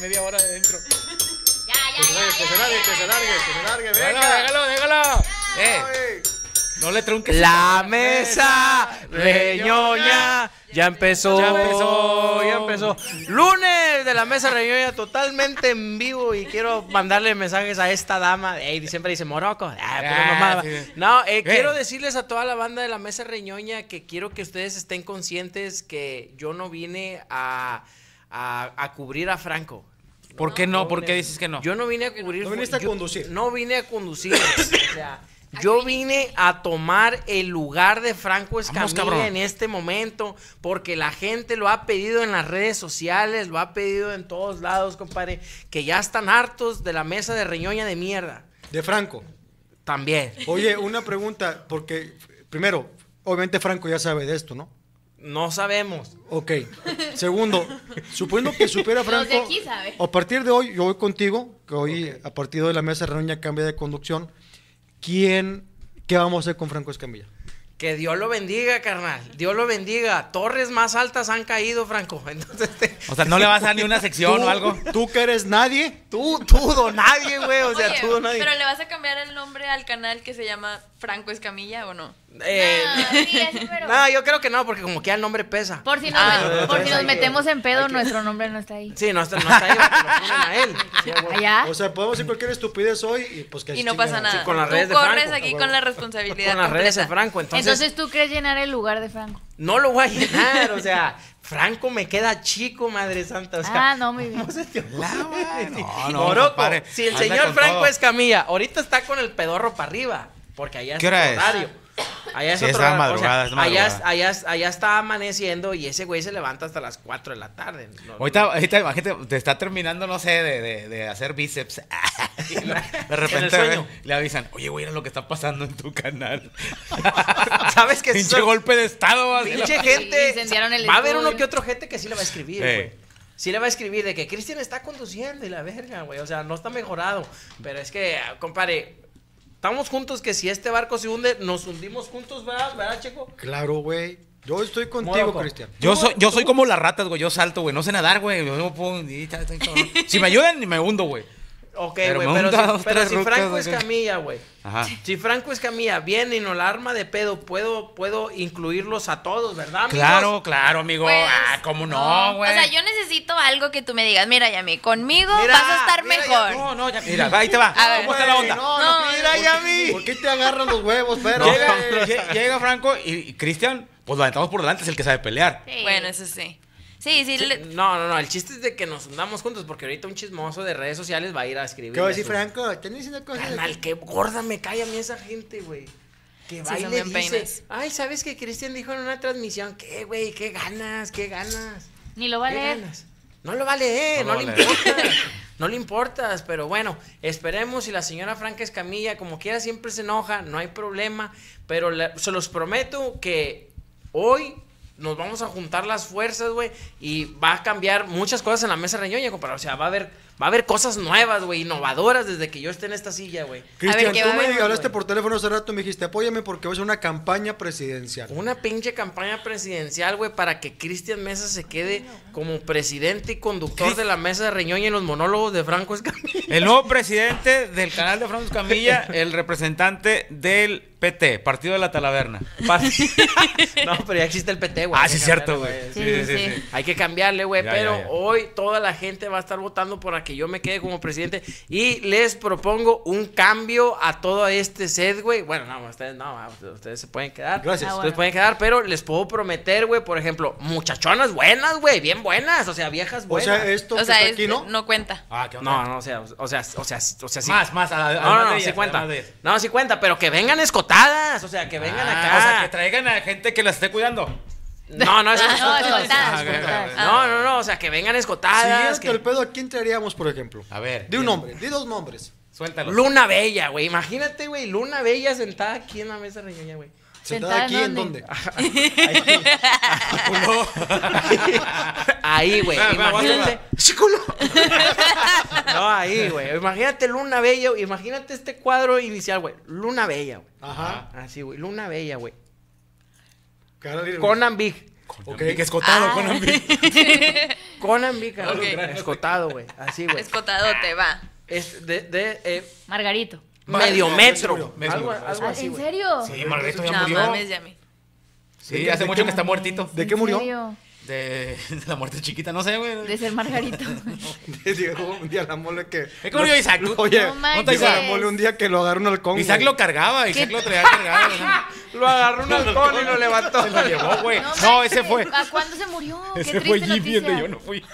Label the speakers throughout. Speaker 1: Media hora de dentro.
Speaker 2: Ya, ya, ya,
Speaker 3: Que se largue, que se largue, que se largue,
Speaker 1: Déjalo,
Speaker 3: venga.
Speaker 1: déjalo, déjalo. Eh,
Speaker 3: Ay.
Speaker 1: no le trunques.
Speaker 4: La mesa reñoña ya empezó.
Speaker 1: Ya empezó.
Speaker 4: ya empezó. Lunes de la mesa reñoña totalmente en vivo y quiero mandarle mensajes a esta dama. Ey, siempre dice moroco. Ah, pura
Speaker 1: Ah,
Speaker 4: mamada.
Speaker 1: sí.
Speaker 4: No, eh,
Speaker 1: Eh.
Speaker 4: quiero decirles a toda la banda de la mesa reñoña que quiero que ustedes estén conscientes que yo no vine a, a- a cubrir a Franco.
Speaker 1: ¿Por qué no? ¿Por qué dices que no?
Speaker 4: Yo no vine a cubrir.
Speaker 3: No viniste a
Speaker 4: yo-
Speaker 3: conducir.
Speaker 4: No vine a conducir. o sea, yo vine a tomar el lugar de Franco
Speaker 1: cabrón.
Speaker 4: Escamilla en este momento porque la gente lo ha pedido en las redes sociales, lo ha pedido en todos lados, compadre, que ya están hartos de la mesa de reñoña de mierda.
Speaker 3: De Franco.
Speaker 4: También.
Speaker 3: Oye, una pregunta, porque primero, obviamente Franco ya sabe de esto, ¿no?
Speaker 4: No sabemos.
Speaker 3: Ok. Segundo, suponiendo que supiera
Speaker 2: Los de
Speaker 3: Franco.
Speaker 2: aquí saben.
Speaker 3: A partir de hoy, yo voy contigo, que hoy a partir de hoy la mesa reunión cambia de conducción. ¿Quién, qué vamos a hacer con Franco Escamilla?
Speaker 4: Que Dios lo bendiga, carnal. Dios lo bendiga. Torres más altas han caído, Franco. Entonces, este, te-
Speaker 1: O sea, no le vas a dar ni una sección o algo.
Speaker 3: Tú que eres nadie,
Speaker 4: tú, tú, don nadie, güey. O sea,
Speaker 2: Oye,
Speaker 4: tú, don nadie.
Speaker 2: Pero le vas a cambiar el nombre al canal que se llama Franco Escamilla o no?
Speaker 4: Eh,
Speaker 5: Ah, Sí, así, pero-
Speaker 4: No, yo creo que no, porque como que el nombre pesa.
Speaker 5: Por si nos,
Speaker 2: Ah,
Speaker 5: met-
Speaker 4: no, no,
Speaker 5: por
Speaker 4: no,
Speaker 5: si
Speaker 4: no,
Speaker 5: nos
Speaker 4: no,
Speaker 5: metemos en pedo,
Speaker 4: Aquí.
Speaker 5: nuestro nombre no está ahí.
Speaker 4: Sí, no, está, no está ahí, porque lo ponen a él. Sí, a huevo.
Speaker 5: Allá.
Speaker 3: o sea, podemos hacer cualquier estupidez hoy y pues que
Speaker 2: Y no pasa nada.
Speaker 4: con las
Speaker 2: Tú
Speaker 4: redes de
Speaker 2: corres
Speaker 4: Franco,
Speaker 2: aquí
Speaker 4: a
Speaker 2: con
Speaker 4: huevo.
Speaker 2: la responsabilidad.
Speaker 4: Con las redes de
Speaker 2: completa.
Speaker 4: Franco, entonces,
Speaker 5: Entonces tú crees llenar el lugar de Franco.
Speaker 4: no lo voy a llenar, o sea, Franco me queda chico, madre santa, o sea,
Speaker 5: Ah, no, muy bien.
Speaker 1: No,
Speaker 4: Moroco,
Speaker 1: compadre,
Speaker 4: si el
Speaker 1: anda
Speaker 4: señor
Speaker 1: con
Speaker 4: Franco
Speaker 1: todo.
Speaker 4: Escamilla ahorita está con el pedorro para arriba, porque allá es
Speaker 1: ¿Qué hora
Speaker 4: otro
Speaker 1: es?
Speaker 4: horario. Allá es
Speaker 1: Sí, es
Speaker 4: otro
Speaker 1: la
Speaker 4: horario, o sea,
Speaker 1: madrugada, es la
Speaker 4: allá,
Speaker 1: madrugada.
Speaker 4: allá, allá está amaneciendo y ese güey se levanta hasta las 4 de la tarde. No,
Speaker 1: Ahorita, ahorita, imagínate, te está terminando, no sé, de, de- de hacer bíceps. Y lo- De repente
Speaker 4: sueño.
Speaker 1: ven, le avisan, oye, güey, era lo que está pasando en tu canal.
Speaker 4: ¿Sabes que
Speaker 1: Pinche
Speaker 4: eso-
Speaker 1: golpe de estado. así la-
Speaker 4: Pinche gente.
Speaker 5: incendiaron el
Speaker 4: va a haber
Speaker 5: estudio.
Speaker 4: uno que otro gente que sí le va a escribir,
Speaker 1: Eh.
Speaker 4: güey. Sí le va a escribir de que Cristian está conduciendo y la verga, güey. O sea, no está mejorado. Pero es que, ah, compadre, estamos juntos que si este barco se hunde, nos hundimos juntos, ¿verdad? ¿Verdad, Checo?
Speaker 3: Claro, güey. Yo estoy contigo,
Speaker 4: Moroco.
Speaker 3: Cristian.
Speaker 1: Yo soy, yo soy como las ratas, güey. Yo salto, güey. No sé nadar, güey. Yo no puedo- y está- está- está- Si me ayudan, ni me hundo, güey.
Speaker 4: Ok,
Speaker 1: Pero
Speaker 4: güey.
Speaker 1: me
Speaker 4: Pero,
Speaker 1: hunde a
Speaker 4: si,
Speaker 1: dos,
Speaker 4: pero
Speaker 1: tres
Speaker 4: si
Speaker 1: rucas,
Speaker 4: Franco
Speaker 1: güey.
Speaker 4: es camilla, güey.
Speaker 1: Ajá.
Speaker 4: Si Franco es camilla, viene y nos la arma de pedo, puedo, puedo incluirlos a todos, ¿verdad, amigos?
Speaker 1: Claro, claro, amigo.
Speaker 2: Pues,
Speaker 1: ah, cómo no, güey.
Speaker 2: O sea, yo necesito algo que tú me digas. Mira, Yami, conmigo
Speaker 4: Mira,
Speaker 2: vas a estar
Speaker 4: mira,
Speaker 2: mejor.
Speaker 4: ya- no, no, ya-
Speaker 1: Mira, ahí te va.
Speaker 2: A ver.
Speaker 1: ¿Cómo está la
Speaker 3: Güey,
Speaker 1: onda?
Speaker 3: No,
Speaker 2: No,
Speaker 3: no,
Speaker 2: mira,
Speaker 3: ¿por qué-
Speaker 1: Yami.
Speaker 3: ¿Por qué te agarran los huevos, pero?
Speaker 1: No, llega, lle- llega Franco y, y Cristian, pues lo aventamos por delante, es el que sabe pelear.
Speaker 5: Sí.
Speaker 2: Bueno, eso sí. Sí, sí.
Speaker 4: Sí,
Speaker 2: le-
Speaker 4: No, no, no, el chiste es de que nos hundamos juntos porque ahorita un chismoso de redes sociales va a ir a escribir.
Speaker 3: ¿Qué va a decir Franco? ¿Están diciendo cosas?
Speaker 4: Carnal, qué gorda me cae a mí esa gente, güey. Que va
Speaker 2: Sí,
Speaker 4: y
Speaker 2: son
Speaker 4: le
Speaker 2: bien
Speaker 4: dice,
Speaker 2: peinas.
Speaker 4: ay, ¿sabes que Cristian dijo en una transmisión? ¿Qué, güey? ¿Qué ganas? ¿Qué ganas?
Speaker 5: Ni lo va a
Speaker 4: ¿Qué
Speaker 5: leer.
Speaker 4: ganas? No lo vale, eh,
Speaker 1: No
Speaker 4: no,
Speaker 1: lo
Speaker 4: le
Speaker 1: vale.
Speaker 4: importa. No le importas, pero bueno, esperemos y la señora Franca Escamilla, como quiera, siempre se enoja, no hay problema, pero la- se los prometo que hoy nos vamos a juntar las fuerzas, güey, y va a cambiar muchas cosas en la mesa reñoña, compadre. O sea, va a haber Va a haber cosas nuevas, güey, innovadoras desde que yo esté en esta silla, güey.
Speaker 2: ver,
Speaker 3: Cristian,
Speaker 2: ¿qué
Speaker 3: tú
Speaker 2: va a
Speaker 3: me
Speaker 2: haber,
Speaker 3: hablaste
Speaker 4: güey?
Speaker 3: por teléfono hace rato y me dijiste, apóyame porque voy a hacer una campaña presidencial.
Speaker 4: Una pinche campaña presidencial, güey, para que Cristian Mesa se quede como presidente y conductor de la mesa de Reñón y en los monólogos de Franco Escamilla.
Speaker 1: El nuevo presidente del canal de Francisco Camilla, el representante del PT, Partido de la Talaverna. Part-
Speaker 4: No, pero ya existe el PT, güey.
Speaker 1: ah,
Speaker 4: Hay
Speaker 1: sí,
Speaker 4: que
Speaker 1: es cierto,
Speaker 4: cambiarle,
Speaker 1: güey.
Speaker 4: Sí.
Speaker 1: Sí, sí, sí.
Speaker 5: sí.
Speaker 4: Hay que cambiarle, güey,
Speaker 1: Ya,
Speaker 4: pero
Speaker 1: ya, ya.
Speaker 4: hoy toda la gente va a estar votando para que yo me quede como presidente y les propongo un cambio a todo este set, güey. Bueno, no, ustedes no, ah, pues, ustedes se pueden quedar.
Speaker 3: Gracias.
Speaker 5: Ah, bueno.
Speaker 4: Ustedes pueden quedar, pero les puedo prometer, güey, por ejemplo, muchachonas buenas, güey, bien buenas, o sea, viejas
Speaker 3: O
Speaker 4: buenas.
Speaker 3: sea, esto
Speaker 2: O
Speaker 3: que
Speaker 2: sea,
Speaker 3: está
Speaker 2: es-
Speaker 3: aquí, ¿no?
Speaker 2: no cuenta.
Speaker 1: Ah, qué onda.
Speaker 4: No, no, o sea, o sea, o sea, o sea, sí.
Speaker 1: Más, más. a-
Speaker 4: No,
Speaker 1: además
Speaker 4: no, no,
Speaker 1: de
Speaker 4: sí
Speaker 1: ellas,
Speaker 4: cuenta.
Speaker 1: además de ellas.
Speaker 4: No, sí cuenta, pero que vengan escotadas, o sea, que vengan
Speaker 1: Ah,
Speaker 4: acá.
Speaker 1: O sea, que traigan a gente que la esté cuidando.
Speaker 4: No, no,
Speaker 5: No,
Speaker 4: escotadas.
Speaker 5: escoltadas,
Speaker 1: Ah, ok, ok,
Speaker 5: escoltadas.
Speaker 1: ok.
Speaker 4: No, no, no, o sea, que vengan
Speaker 3: Si
Speaker 4: escotadas.
Speaker 3: es
Speaker 4: que-
Speaker 3: que el pedo, ¿a quién traeríamos, por ejemplo?
Speaker 1: A ver,
Speaker 3: De
Speaker 1: bien.
Speaker 3: un nombre, de dos nombres.
Speaker 1: Suéltalo.
Speaker 4: Luna Bella, güey. Imagínate, güey, Luna Bella sentada aquí en la mesa reñoña, güey.
Speaker 3: ¿Sentada aquí en
Speaker 5: dónde?
Speaker 3: dónde?
Speaker 1: Culo.
Speaker 4: Ahí, güey.
Speaker 1: Ah, va, va,
Speaker 4: Imagínate.
Speaker 1: va.
Speaker 4: ¡Sí, culo! No, ahí, güey. Imagínate Luna Bella, güey, imagínate este cuadro inicial, güey. Luna Bella, güey.
Speaker 1: Ah.
Speaker 3: Ajá.
Speaker 4: Así, güey. Luna Bella, güey.
Speaker 3: Cara de-
Speaker 4: Conan Big.
Speaker 3: Ok.
Speaker 1: Que escotado con ambi-
Speaker 4: Conan Big, güey.
Speaker 2: Ok.
Speaker 4: Escotado, güey. Así, Ah, güey.
Speaker 2: Escotadote, va.
Speaker 4: Es de, de eh,
Speaker 5: Margarito.
Speaker 4: medio metro.
Speaker 3: Mercurio,
Speaker 1: Mercurio,
Speaker 4: Algo, algo
Speaker 5: Ah,
Speaker 4: así,
Speaker 5: ¿En
Speaker 4: güey.
Speaker 5: serio?
Speaker 1: Sí, Margarito ya
Speaker 2: No
Speaker 1: murió.
Speaker 2: mames, Yami.
Speaker 1: Sí, hace mucho que está muertito.
Speaker 3: ¿De
Speaker 5: ¿En
Speaker 3: qué murió?
Speaker 5: serio?
Speaker 1: De, de la muerte chiquita, no sé, güey.
Speaker 5: De ser Margarito.
Speaker 3: Llegó un día la mole que.
Speaker 1: Es que murió Isaac.
Speaker 3: Oye,
Speaker 5: No manches.
Speaker 3: dijo la mole un día que lo agarraron al Congo.
Speaker 1: Isaac lo cargaba, Isaac lo traía cargado. ¿no?
Speaker 4: Lo agarró un halcón y lo levantó.
Speaker 1: Se lo llevó, güey. No,
Speaker 5: manches,
Speaker 1: ese fue.
Speaker 5: ¿A cuándo se murió? Qué
Speaker 1: Ese
Speaker 5: triste
Speaker 1: fue Jimmy,
Speaker 5: noticia.
Speaker 1: el de yo no fui.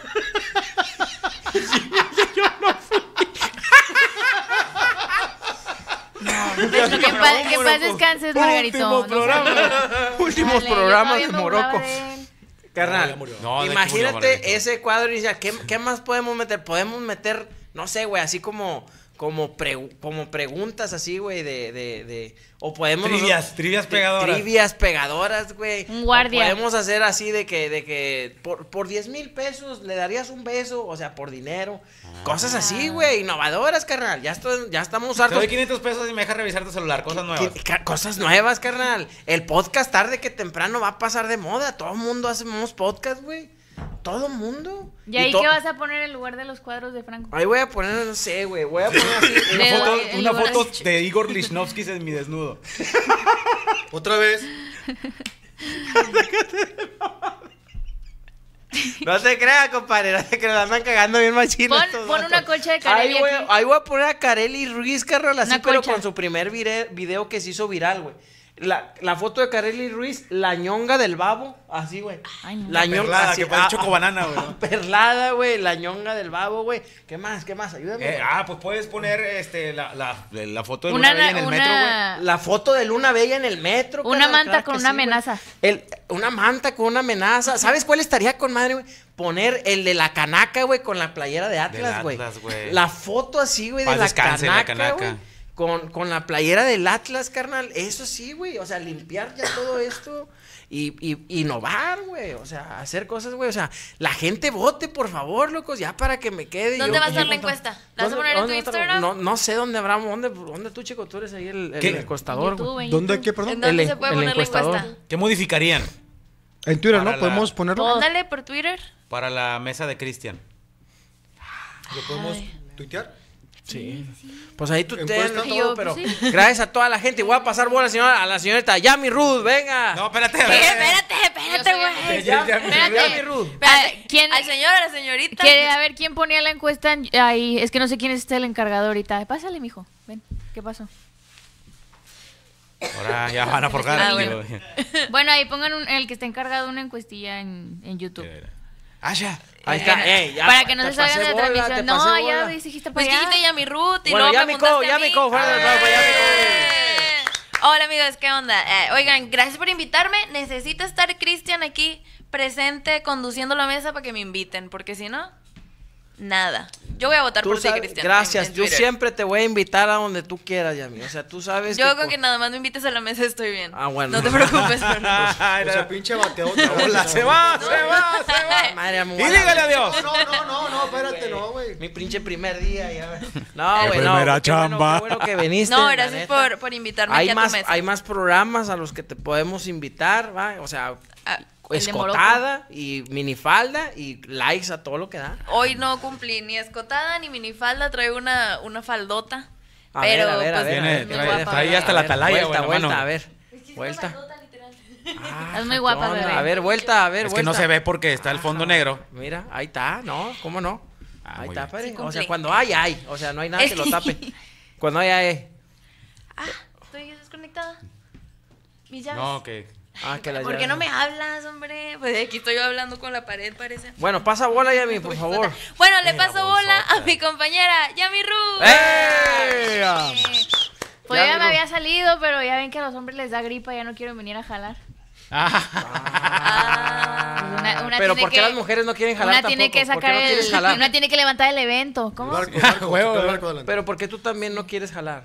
Speaker 5: Pues lo que en paz, que en paz
Speaker 1: Morocco.
Speaker 5: descanses,
Speaker 1: Último
Speaker 5: Margarito. No
Speaker 1: programa.
Speaker 5: sabes.
Speaker 4: Últimos
Speaker 5: Chale, yo
Speaker 4: programas
Speaker 5: todavía
Speaker 4: de
Speaker 5: me burlaba
Speaker 4: Morocco.
Speaker 5: de él.
Speaker 4: Carnal,
Speaker 1: No, de que murió Margarito.
Speaker 4: eh. imagínate ese cuadro y decía, ¿qué, qué más podemos meter? Podemos meter, no sé, güey, así como, como, pregu- como preguntas así, güey, de, de, de- O podemos...
Speaker 1: Trivias,
Speaker 4: nosotros-
Speaker 1: trivias
Speaker 4: de-
Speaker 1: pegadoras.
Speaker 4: Trivias pegadoras, güey.
Speaker 5: Un guardia.
Speaker 4: O podemos hacer así de que, de que por, por 10 mil pesos le darías un beso, o sea, por dinero.
Speaker 1: Ah.
Speaker 4: Cosas así, güey, innovadoras, carnal. Ya, estoy- ya estamos
Speaker 1: Te
Speaker 4: hartos.
Speaker 1: doy 500 pesos y me dejas revisar tu celular, cosas nuevas.
Speaker 4: Que- ca- Cosas nuevas, carnal. El podcast tarde que temprano va a pasar de moda. Todo mundo hacemos podcast, güey. Todo mundo.
Speaker 5: ¿Y ahí
Speaker 4: to-
Speaker 5: qué vas a poner en lugar de los cuadros de Franco?
Speaker 4: Ahí voy a poner, no sé, güey. Voy a poner así.
Speaker 1: Una
Speaker 5: Le
Speaker 1: foto,
Speaker 5: doy el
Speaker 1: una
Speaker 5: lugar
Speaker 1: foto
Speaker 5: al-
Speaker 1: de Igor Lichnowsky en mi desnudo.
Speaker 3: Otra vez.
Speaker 4: No te creas, compadre. No te creas. La andan cagando bien machín.
Speaker 5: Pon-
Speaker 4: estos
Speaker 5: pon una
Speaker 4: vatos.
Speaker 5: colcha de Carelli
Speaker 4: Ahí voy,
Speaker 5: aquí.
Speaker 4: ahí voy a poner a Carelli Ruiz, carnal. Así,
Speaker 5: Una
Speaker 4: pero
Speaker 5: colcha.
Speaker 4: con su primer vire- video que se hizo viral, güey. La, la foto de Carelli Ruiz, la ñonga del babo. Así, güey.
Speaker 5: Ay, no.
Speaker 4: La ñonga.
Speaker 1: Perlada,
Speaker 4: así,
Speaker 1: que parece
Speaker 4: ah, ah,
Speaker 1: chocobanana, güey. ¿no?
Speaker 4: Perlada, güey, la ñonga del babo, güey. ¿Qué más? ¿Qué más? Ayúdame.
Speaker 1: Eh,
Speaker 4: güey.
Speaker 1: ah, pues puedes poner este, la, la, la foto de
Speaker 5: Una,
Speaker 1: Luna Bella en el metro, güey.
Speaker 5: una-
Speaker 4: La foto de Luna Bella en el metro.
Speaker 5: Una
Speaker 4: carnal,
Speaker 5: manta
Speaker 4: claro
Speaker 5: con
Speaker 4: que
Speaker 5: una
Speaker 4: güey.
Speaker 5: amenaza.
Speaker 4: El- una manta con una amenaza. ¿Sabes cuál estaría con madre, güey? Poner el de la canaca, güey, con la playera de Atlas, güey.
Speaker 1: Atlas, güey.
Speaker 4: La foto así, güey, de
Speaker 1: Paz
Speaker 4: la
Speaker 1: descanse,
Speaker 4: canaca,
Speaker 1: la canaca.
Speaker 4: güey, Con, con la playera del Atlas, carnal. Eso sí, güey. O sea, limpiar ya todo esto y, y- innovar, güey. O sea, hacer cosas, güey. O sea, la gente vote, por favor, locos, ya para que me quede.
Speaker 2: ¿Dónde
Speaker 4: Yo-
Speaker 2: va a estar
Speaker 4: yo-
Speaker 2: la encuesta? ¿La vas
Speaker 4: ¿Dónde-
Speaker 2: a poner en tu
Speaker 4: dónde va a estar?
Speaker 2: Instagram?
Speaker 4: No, no sé dónde habrá, dónde, dónde tú, chico, tú eres ahí el, el
Speaker 1: ¿Qué?
Speaker 4: encostador, güey.
Speaker 5: YouTube, en
Speaker 3: ¿Dónde
Speaker 5: YouTube.
Speaker 3: qué,
Speaker 2: ¿En
Speaker 3: perdón?
Speaker 2: dónde
Speaker 4: El
Speaker 2: se puede
Speaker 4: en-
Speaker 2: poner
Speaker 4: el
Speaker 2: la
Speaker 4: encuestador.
Speaker 2: encuesta?
Speaker 1: ¿Qué modificarían
Speaker 3: En Twitter,
Speaker 1: Para
Speaker 3: ¿no?
Speaker 1: la-
Speaker 3: Podemos ponerlo.
Speaker 2: Ándale por Twitter.
Speaker 1: para la mesa de Cristian?
Speaker 3: ¿Lo podemos tuitear?
Speaker 4: Sí. Pues ahí tú ten
Speaker 3: Encuesta
Speaker 5: Y
Speaker 3: todo,
Speaker 5: yo,
Speaker 3: pero.
Speaker 5: pues, sí.
Speaker 4: Gracias a toda la gente. Y voy a pasar bola señora, a la señorita Yami Ruth, venga.
Speaker 1: No, espérate.
Speaker 2: ¿Qué? Espérate, espérate,
Speaker 1: Ya,
Speaker 2: güey.
Speaker 1: ya, ya,
Speaker 4: Yami
Speaker 5: Espérate.
Speaker 4: Ruth.
Speaker 2: Espérate.
Speaker 5: ¿Quién-
Speaker 2: ¿Al señor, a la señorita?
Speaker 5: Que, a ver, ¿quién ponía la encuesta en- ahí? Es que no sé quién es el encargado ahorita. Pásale, mijo. Ven, ¿qué pasó?
Speaker 1: Ahora ya van a forjar.
Speaker 2: Ah,
Speaker 1: digo.
Speaker 2: bueno.
Speaker 5: Bueno, ahí pongan un- el que está encargado una encuestilla en, en YouTube.
Speaker 1: Ah, ya.
Speaker 4: Ahí está, eh, ya.
Speaker 5: para que no
Speaker 4: Te
Speaker 5: se salgan de
Speaker 4: pasé
Speaker 5: la
Speaker 4: bola, te
Speaker 5: transmisión.
Speaker 4: pasé
Speaker 5: No, ya
Speaker 4: bola.
Speaker 5: dijiste para
Speaker 2: Pues que
Speaker 5: allá.
Speaker 2: dijiste ya mi root y
Speaker 4: Bueno,
Speaker 2: luego
Speaker 4: ya
Speaker 2: me
Speaker 4: mi co,
Speaker 2: preguntaste
Speaker 4: ya
Speaker 2: a
Speaker 4: mi
Speaker 2: mí.
Speaker 4: co, fuera del programa, ya
Speaker 2: Eh. Hola amigos, ¿qué onda? Eh, oigan, gracias por invitarme. Necesita estar Cristian aquí presente conduciendo la mesa para que me inviten, porque si no, nada. Yo voy a votar
Speaker 4: Tú
Speaker 2: por ti,
Speaker 4: sabes-
Speaker 2: Cristian. en-
Speaker 4: gracias.
Speaker 2: en
Speaker 4: yo
Speaker 2: Twitter.
Speaker 4: siempre te voy a invitar a donde tú quieras, Yami. O sea, tú sabes
Speaker 2: Yo con
Speaker 4: por-
Speaker 2: que nada más me invites a la mesa estoy bien.
Speaker 4: Ah, bueno.
Speaker 2: No te preocupes. por-
Speaker 3: O sea, pinche bateador.
Speaker 1: Ah, Hola, se va, se va, se va.
Speaker 4: Madre, amor.
Speaker 1: Y dígale adiós.
Speaker 3: No, no, no, no, no, espérate, no, güey.
Speaker 4: Mi pinche primer día, ya. No,
Speaker 6: La
Speaker 4: güey, no.
Speaker 6: primera
Speaker 4: qué bueno,
Speaker 6: chamba.
Speaker 4: qué bueno que viniste.
Speaker 2: No,
Speaker 4: la
Speaker 2: gracias
Speaker 4: neta.
Speaker 2: por, por invitarme aquí
Speaker 4: Hay
Speaker 2: a
Speaker 4: más,
Speaker 2: tu mesa.
Speaker 4: hay más programas a los que te podemos invitar, ¿va? O sea,
Speaker 2: Ah,
Speaker 5: el de Morocco.
Speaker 4: escotada y minifalda y likes a todo lo que da.
Speaker 2: Hoy no cumplí ni escotada ni minifalda, traigo una, una faldota.
Speaker 4: A
Speaker 2: pero
Speaker 4: ver, a ver, a
Speaker 2: pues,
Speaker 4: ver, a ver.
Speaker 2: muy
Speaker 4: Trae-
Speaker 2: guapa,
Speaker 1: trae
Speaker 2: ¿verdad?
Speaker 1: hasta la
Speaker 4: A ver,
Speaker 1: atalaya, bueno,
Speaker 4: vuelta, vuelta,
Speaker 1: mano.
Speaker 4: a ver. Vuelta. Ah,
Speaker 5: Es Pues muy guapa,
Speaker 4: ¿qué onda?
Speaker 5: bebé.
Speaker 4: A ver, vuelta, a ver,
Speaker 1: Es
Speaker 4: vuelta.
Speaker 1: que no se ve porque está el fondo negro.
Speaker 4: Mira, ahí está, ¿no? ¿Cómo no?
Speaker 1: Ah,
Speaker 4: ahí
Speaker 1: muy
Speaker 4: está,
Speaker 1: bien.
Speaker 4: padre.
Speaker 2: Sí,
Speaker 4: o sea,
Speaker 2: cumplí.
Speaker 4: cuando hay, hay. O sea, no hay nada que lo tape. Cuando hay, hay.
Speaker 2: Estoy desconectada. Mis llaves.
Speaker 1: No, que.
Speaker 4: Ah, que la
Speaker 2: ¿Por
Speaker 4: llave.
Speaker 2: qué no me hablas, hombre? Pues aquí estoy yo hablando con la pared, parece.
Speaker 4: Bueno, pasa bola, Yami,
Speaker 5: Pues,
Speaker 4: por favor.
Speaker 2: Bueno, le paso bola a mi compañera, Yami Ru.
Speaker 4: ¡Eh!
Speaker 5: Pues
Speaker 4: Ya
Speaker 5: ya me
Speaker 4: digo.
Speaker 5: había salido, pero ya ven que a los hombres les da gripa, ya no quiero venir a jalar. Pues
Speaker 2: Ah.
Speaker 5: Una- una
Speaker 4: Pero
Speaker 5: tiene
Speaker 4: ¿por qué
Speaker 5: que-
Speaker 4: las mujeres no quieren jalar
Speaker 5: Una tiene que
Speaker 4: tampoco? ¿Por qué
Speaker 5: sacar
Speaker 4: no quieres
Speaker 5: el.
Speaker 4: jalar?
Speaker 5: Una tiene que levantar el evento. ¿Cómo?
Speaker 3: Barco, barco,
Speaker 1: Huevo,
Speaker 3: saca el
Speaker 1: eh.
Speaker 3: barco adelante.
Speaker 4: Pero ¿por qué tú también no quieres jalar?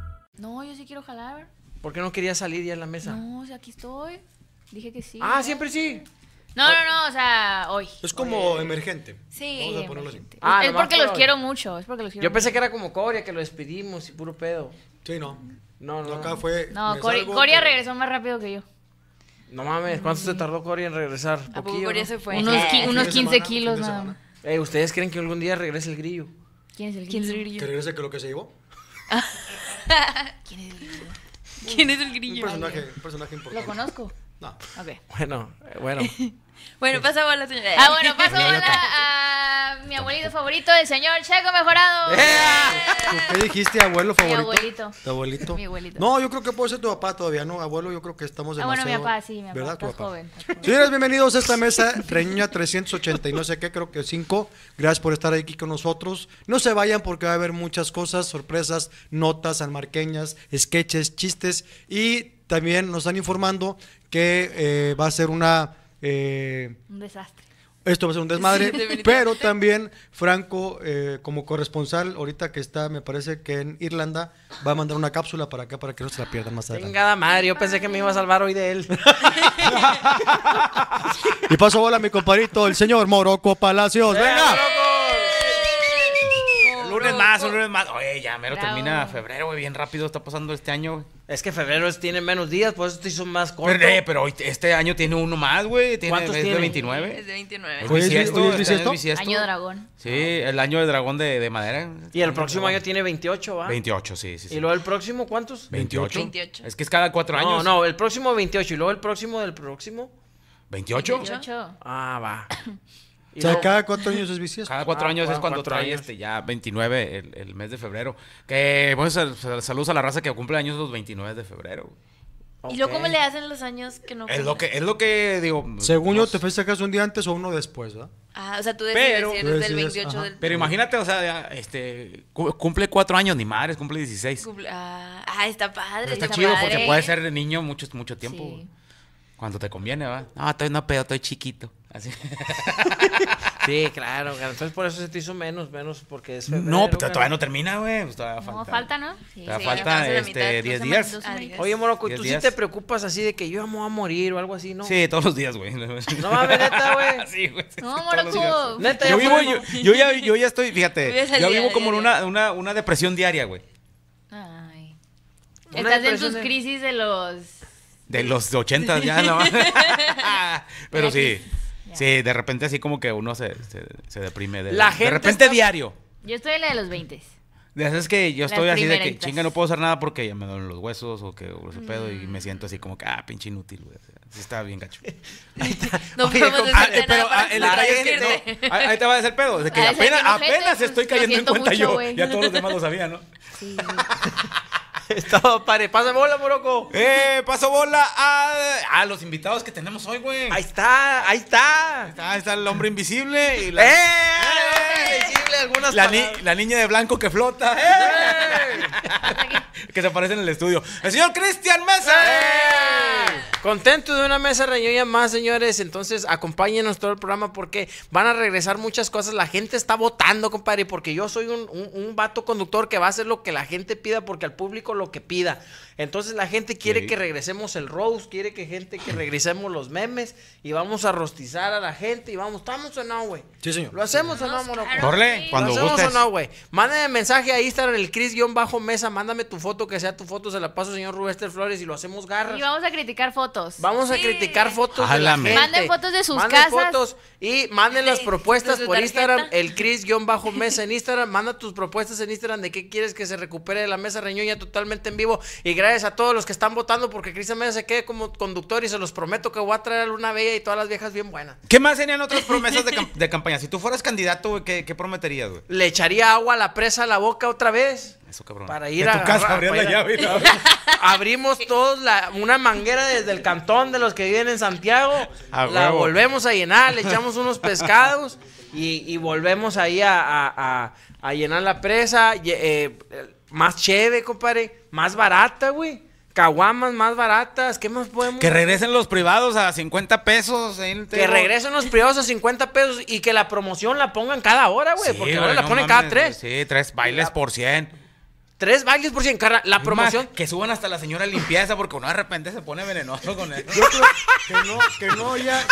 Speaker 5: No, yo sí quiero jalar.
Speaker 4: ¿Por qué no querías salir ya en la mesa?
Speaker 5: No, o sea, aquí estoy. Dije que sí.
Speaker 4: Ah, siempre sí.
Speaker 5: No, no, no, o sea, hoy.
Speaker 3: Ah. Es como emergente.
Speaker 2: Sí.
Speaker 3: Vamos a ponerlo así.
Speaker 4: Ah,
Speaker 5: es
Speaker 4: nomás
Speaker 5: porque
Speaker 4: por
Speaker 5: los
Speaker 4: hoy.
Speaker 5: quiero mucho. Es porque los quiero
Speaker 4: Yo pensé que era como Coria, que lo despedimos y puro pedo.
Speaker 3: Sí, no.
Speaker 4: No,
Speaker 3: No,
Speaker 4: no.
Speaker 3: acá fue.
Speaker 5: mucho. No,
Speaker 3: me
Speaker 5: Cori-
Speaker 3: salgo,
Speaker 5: Coria
Speaker 3: pero-
Speaker 5: regresó más rápido que yo.
Speaker 4: No mames, ¿cuánto se tardó Coria en regresar?
Speaker 2: ¿A poco
Speaker 4: Poquillo,
Speaker 2: Coria
Speaker 4: ¿no?
Speaker 2: se fue?
Speaker 5: unos, qui-
Speaker 3: Fin de
Speaker 5: unos 15
Speaker 3: semana,
Speaker 5: kilos
Speaker 3: fin de
Speaker 5: nada más.
Speaker 3: semana.
Speaker 4: Eh, ¿Ustedes creen que algún día regrese el grillo?
Speaker 5: ¿Quién es el ¿Quién es el grillo?
Speaker 3: Que regrese que lo que se llevó.
Speaker 2: ¿Quién es el
Speaker 3: Un
Speaker 2: grillo?
Speaker 3: personaje, un personaje importante.
Speaker 5: Lo conozco.
Speaker 3: No.
Speaker 5: Ok.
Speaker 4: Bueno, eh, bueno.
Speaker 2: Bueno, pasa bola, señora.
Speaker 5: Ah, bueno, paso bola a mi abuelito favorito, el señor Checo Mejorado.
Speaker 3: ¿Tú ¿Qué dijiste, abuelo favorito?
Speaker 5: abuelito.
Speaker 3: ¿Tu abuelito?
Speaker 5: Mi abuelito.
Speaker 3: No, yo creo que puede ser tu papá todavía, ¿no? Abuelo, yo creo que estamos
Speaker 5: Ah,
Speaker 3: demasiado...
Speaker 5: bueno, mi papá, sí, mi papá.
Speaker 3: ¿Verdad? Tu
Speaker 5: Estás
Speaker 3: papá.
Speaker 5: joven, estás joven.
Speaker 3: Señores, bienvenidos a esta mesa, Reña 380 y no sé qué, creo que 5. Gracias por estar aquí con nosotros. No se vayan porque va a haber muchas cosas, sorpresas, notas sanmarqueñas, sketches, chistes. Y también nos están informando que eh, va a ser una... eh,
Speaker 5: Un desastre.
Speaker 3: esto va a ser un desmadre,
Speaker 2: Sí, definitivamente.
Speaker 3: pero también Franco, eh, como corresponsal, ahorita que está, me parece que en Irlanda, va a mandar una cápsula para acá para que no se la pierdan más adelante.
Speaker 4: Chingada madre, yo pensé que me iba a salvar hoy de él.
Speaker 3: Y paso bola a mi compadrito, el señor Moroco Palacios. ¡Venga!
Speaker 1: Un lunes más, un lunes más. Oye, ya mero
Speaker 5: Bravo.
Speaker 1: termina febrero, güey. Bien rápido está pasando este año, güey.
Speaker 4: es que febrero es- tiene menos días, por eso te hizo más corto.
Speaker 1: Pero, eh, pero hoy- este año tiene uno más, güey. Tiene,
Speaker 4: ¿Cuántos
Speaker 1: es de
Speaker 4: tiene?
Speaker 1: 29.
Speaker 2: Es de 29.
Speaker 3: Hoy es- hoy es
Speaker 1: este año
Speaker 3: bisiesto.
Speaker 1: bisiesto.
Speaker 5: Año dragón.
Speaker 1: Sí, el año del dragón de, de madera.
Speaker 4: y el próximo año tiene 28, ¿va?
Speaker 1: 28, sí, sí. sí.
Speaker 4: Y luego el próximo, ¿cuántos?
Speaker 1: 28.
Speaker 2: 28.
Speaker 1: Es que es cada cuatro
Speaker 4: No,
Speaker 1: años.
Speaker 4: no, el próximo 28 y luego el próximo del próximo.
Speaker 1: ¿28?
Speaker 5: Ocho.
Speaker 4: Ah, va. Y
Speaker 3: O sea,
Speaker 4: luego-
Speaker 3: cada cuatro años es bisiesto.
Speaker 1: Cada cuatro
Speaker 4: Ah,
Speaker 1: años es
Speaker 4: cua-
Speaker 1: cuando
Speaker 4: cuatro
Speaker 1: trae
Speaker 4: años.
Speaker 1: este ya 29, el, el mes de febrero. Que bueno, sal- sal- saludos a la raza que cumple años los 29 de febrero.
Speaker 2: ¿Y luego cómo
Speaker 4: Ok.
Speaker 2: le hacen los años que no
Speaker 1: Es lo que,
Speaker 2: cumplen?
Speaker 1: es lo que digo.
Speaker 3: Según yo,
Speaker 1: nos-
Speaker 3: te festejas un día antes o uno después, ¿verdad?
Speaker 2: Ah, o sea, tú decides
Speaker 1: Pero-
Speaker 2: si
Speaker 3: Tú
Speaker 2: eres del
Speaker 3: decides,
Speaker 2: 28
Speaker 3: ajá.
Speaker 2: del...
Speaker 1: Pero imagínate, o sea, ya, este cu- cumple cuatro años, ni madres, cumple 16.
Speaker 2: Cumple- Ah, ah, está padre.
Speaker 1: Pero está chido
Speaker 2: padre.
Speaker 1: porque pues, puedes ser niño mucho, mucho tiempo.
Speaker 5: Sí.
Speaker 1: Cuando te conviene, ¿va? No, estoy no pedo, estoy chiquito. Así.
Speaker 4: Sí, claro, claro. Entonces por eso se te hizo menos, menos porque es febrero,
Speaker 1: no, pero
Speaker 4: claro.
Speaker 1: todavía no termina, güey. Pues todavía
Speaker 5: No,
Speaker 1: falta.
Speaker 5: falta, ¿no? Sí.
Speaker 1: Todavía
Speaker 3: Ah,
Speaker 2: Sí, estamos
Speaker 1: falta
Speaker 2: en la mitad,
Speaker 1: este,
Speaker 2: dos
Speaker 1: 10
Speaker 5: semanas,
Speaker 1: días.
Speaker 5: dos
Speaker 2: Ah,
Speaker 5: semanitas.
Speaker 4: Oye, Moroco, ¿y
Speaker 1: Diez
Speaker 4: tú
Speaker 1: días.
Speaker 4: sí te preocupas así de que yo me voy a morir o algo así, ¿no?
Speaker 1: Sí, todos los días, güey.
Speaker 4: No mames, neta, güey.
Speaker 1: Sí, güey.
Speaker 5: No,
Speaker 1: Todos los días.
Speaker 5: Moroco.
Speaker 4: Neta,
Speaker 1: Yo
Speaker 4: ya
Speaker 1: vivo,
Speaker 4: fue,
Speaker 1: yo,
Speaker 4: ¿no?
Speaker 1: yo ya, yo ya estoy,
Speaker 2: Vives
Speaker 1: fíjate,
Speaker 2: al
Speaker 1: yo
Speaker 2: día,
Speaker 1: vivo como en
Speaker 2: día,
Speaker 1: una, una, una depresión diaria, güey.
Speaker 5: Ay.
Speaker 4: Una
Speaker 5: Estás en
Speaker 4: depresión
Speaker 5: tus
Speaker 4: de-
Speaker 5: crisis de los...
Speaker 1: De los 80 ya, no. Pero sí, sí, de repente así como que uno se, se, se deprime. De,
Speaker 4: La
Speaker 1: de
Speaker 4: gente
Speaker 1: repente
Speaker 4: está-
Speaker 1: diario.
Speaker 5: Yo estoy en la de los 20.
Speaker 1: De esas que yo
Speaker 2: Las
Speaker 1: estoy así de que
Speaker 2: primeritas.
Speaker 1: chinga, no puedo hacer nada porque ya me duelen los huesos o que o ese pedo y me siento así como que, ah, pinche inútil, güey. O sea, sí está bien gacho.
Speaker 2: No
Speaker 4: Oye,
Speaker 2: podemos
Speaker 4: compadre,
Speaker 1: Ah,
Speaker 2: decirte
Speaker 1: eh, pero
Speaker 2: nada para
Speaker 1: ah, el
Speaker 4: la
Speaker 1: detalle es que
Speaker 2: decirte.
Speaker 1: no, ahí, ahí te va a decir pedo. de que
Speaker 5: Ah, es que
Speaker 1: apenas,
Speaker 5: bien ojete,
Speaker 1: apenas
Speaker 5: pues,
Speaker 1: estoy
Speaker 5: lo
Speaker 1: cayendo en
Speaker 5: siento
Speaker 1: cuenta
Speaker 5: mucho,
Speaker 1: yo.
Speaker 5: güey.
Speaker 1: Ya todos los demás lo sabían, ¿no?
Speaker 4: Estaba pare. Pásame bola, Moroco.
Speaker 1: ¡Eh! Paso bola a, a los invitados que tenemos hoy, güey.
Speaker 4: Ahí está, ahí está.
Speaker 1: Está, está el hombre invisible y
Speaker 4: ¡Eh!
Speaker 1: la, ¡Eh!
Speaker 4: Decirle algunas
Speaker 1: la, ni-
Speaker 4: palabras.
Speaker 1: la niña de blanco que flota. ¡Eh! que se aparece en el estudio. ¡El señor Cristian
Speaker 3: ¡Eh!
Speaker 1: Mesa! ¡Eh!
Speaker 4: Contento de una mesa reñoña más, señores. Entonces, acompáñenos todo el programa porque van a regresar muchas cosas. La gente está votando, compadre, porque yo soy un, un- un vato conductor que va a hacer lo que la gente pida porque al público lo que pida. Entonces, la gente quiere
Speaker 1: Sí.
Speaker 4: que regresemos el roast, quiere que gente que regresemos los memes y vamos a rostizar a la gente y vamos, ¿estamos o no, güey?
Speaker 3: Sí, señor.
Speaker 4: ¿Lo hacemos o no,
Speaker 2: Vamos,
Speaker 4: mono?
Speaker 2: claro.
Speaker 1: ¡Eh! Orle, cuando
Speaker 4: ¿Lo hacemos
Speaker 1: gustes.
Speaker 4: o no, güey? Mándame mensaje a Instagram, el Cris-Mesa. Mándame tu foto, que sea tu foto. Se la paso, señor Rubester Flores, y lo hacemos garras.
Speaker 5: Y vamos a criticar fotos.
Speaker 4: Vamos a
Speaker 2: Sí.
Speaker 4: criticar fotos de la
Speaker 1: Álame.
Speaker 4: gente.
Speaker 5: Manden fotos de sus
Speaker 4: Manden
Speaker 5: casas.
Speaker 4: fotos y manden las
Speaker 2: De-
Speaker 4: propuestas
Speaker 2: de su
Speaker 4: por
Speaker 2: tarjeta.
Speaker 4: Instagram. El Cris-Mesa en Instagram. Manda tus propuestas en Instagram de qué quieres que se recupere de la mesa reñoña totalmente en vivo. Y gracias a todos los que están votando porque Cristian Mesa se quede como conductor y se los prometo que voy a traer una bella y todas las viejas bien buenas.
Speaker 1: ¿Qué más serían otras promesas de, cam- de campaña? Si tú fueras candidato, güey, ¿qué, qué prometerías, güey?
Speaker 4: Le echaría agua a la presa a la boca otra vez.
Speaker 1: Eso, cabrón.
Speaker 4: Para ir
Speaker 1: Que
Speaker 4: a
Speaker 1: tu casa
Speaker 4: agarrar-
Speaker 1: abrías
Speaker 4: para
Speaker 1: la
Speaker 4: ir a-
Speaker 1: llave. y la-
Speaker 4: Abrimos todos la- una manguera desde el cantón de los que viven en Santiago.
Speaker 1: A
Speaker 4: la
Speaker 1: huevo.
Speaker 4: volvemos a llenar, le echamos unos pescados y, y volvemos ahí a, a- a- a llenar la presa. y- eh, eh, más chévere, compadre. Más barata, güey. Caguamas más baratas. ¿Qué más podemos?
Speaker 1: Que regresen los privados a 50 pesos. ahí en el
Speaker 4: Que
Speaker 1: table.
Speaker 4: regresen los privados a 50 pesos y que la promoción la pongan cada hora, güey.
Speaker 1: Sí,
Speaker 4: porque ahora
Speaker 1: güey,
Speaker 4: la
Speaker 1: no
Speaker 4: ponen cada
Speaker 1: mames,
Speaker 4: tres.
Speaker 1: güey. Sí, tres bailes por 100.
Speaker 4: Tres bailes por cien. carnal. La promoción.
Speaker 1: Que suban hasta la señora limpieza porque uno de repente se pone venenoso con eso.
Speaker 3: Yo creo que no, que no haya,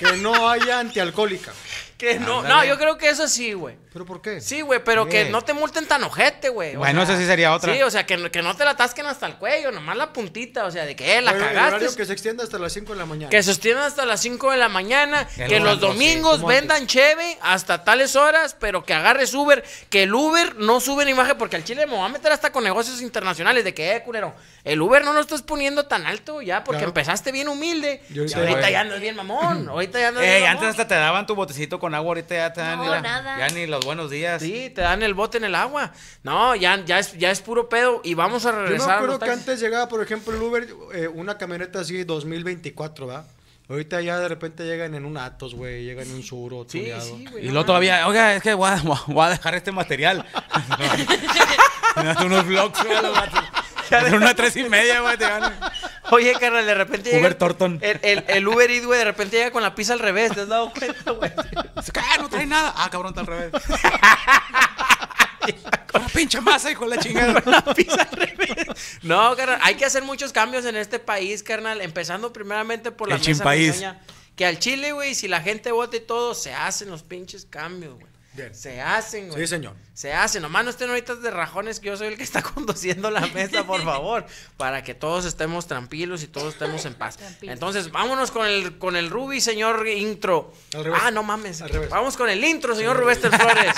Speaker 3: que no haya antialcohólica.
Speaker 4: Que no, no,
Speaker 1: Ándale.
Speaker 4: yo creo que eso sí, güey.
Speaker 3: ¿Pero por qué?
Speaker 4: Sí, güey, pero que
Speaker 3: Sí.
Speaker 4: no te multen tan ojete, güey. O
Speaker 1: Bueno,
Speaker 4: sea,
Speaker 1: esa sí sería otra.
Speaker 4: Sí, o sea, que, no- que no te la atasquen hasta el cuello, nomás la puntita, o sea, de que eh, la
Speaker 3: Pero el
Speaker 4: cagaste.
Speaker 3: horario que se extienda hasta las 5 de la mañana.
Speaker 4: Que sostienen hasta las 5 de la mañana,
Speaker 1: El
Speaker 4: que los
Speaker 1: antro, sí,
Speaker 4: domingos
Speaker 3: como
Speaker 4: vendan cheve hasta tales horas, pero que agarres Uber, que el Uber no sube en imagen, porque al Chile me voy a meter hasta con negocios internacionales, de que, eh, culero, el Uber no lo estás poniendo tan alto ya, porque
Speaker 3: Claro.
Speaker 4: empezaste bien humilde, y
Speaker 3: Y ahorita
Speaker 4: ahorita,
Speaker 3: ya-
Speaker 4: ya andas bien mamón, ahorita ya andas bien
Speaker 1: Ey,
Speaker 4: mamón.
Speaker 1: Eh, antes hasta te daban tu botecito con agua, ahorita ya te dan
Speaker 2: No,
Speaker 1: ni la-
Speaker 2: nada.
Speaker 1: ya ni los buenos días.
Speaker 4: Sí, te dan el bote en el agua. No, ya, ya, es, ya es puro pedo y vamos a
Speaker 3: Yo me
Speaker 4: regresar. a los
Speaker 3: acuerdo que
Speaker 4: taxis.
Speaker 3: antes llegaba, por ejemplo, el Uber, eh, una camioneta así 2024, ¿va? Ahorita ya de repente llegan en un Atos, güey, llegan en un Suro,
Speaker 4: Sí,
Speaker 3: tuneado.
Speaker 4: sí, güey.
Speaker 1: Y
Speaker 4: no
Speaker 1: luego todavía, oiga, es que voy a, voy a dejar este material. Me das unos vlogs, güey, los vatos. Hacer una tres y media, güey, te dan.
Speaker 4: mames. Oye, carnal, de repente llega.
Speaker 1: Uber Thornton.
Speaker 4: El, el, el Uber Eats, güey, de repente llega con la pizza al revés. ¿Te has dado cuenta, güey?
Speaker 1: Ah, no trae nada. Ah, cabrón, está al revés. Con la pinche masa, hijo de la chingada.
Speaker 4: Pizza al revés. No, carnal, hay que hacer muchos cambios en este país, carnal. Empezando primeramente por la
Speaker 1: El
Speaker 4: mesa
Speaker 1: chimpaís.
Speaker 4: reñoña. Que al Chile, güey, si la gente vota y todo, se hacen los pinches cambios, güey.
Speaker 3: Bien.
Speaker 4: Se hacen, güey.
Speaker 3: Sí, señor.
Speaker 4: Se hace, nomás no estén ahorita de rajones que yo soy el que está conduciendo la mesa, por favor, para que todos estemos tranquilos y todos estemos en paz. Entonces, vámonos con el con el Ruby, señor intro.
Speaker 3: Al revés.
Speaker 4: Ah, no mames.
Speaker 3: Al revés.
Speaker 4: Vamos con el intro, señor Rubester Flores.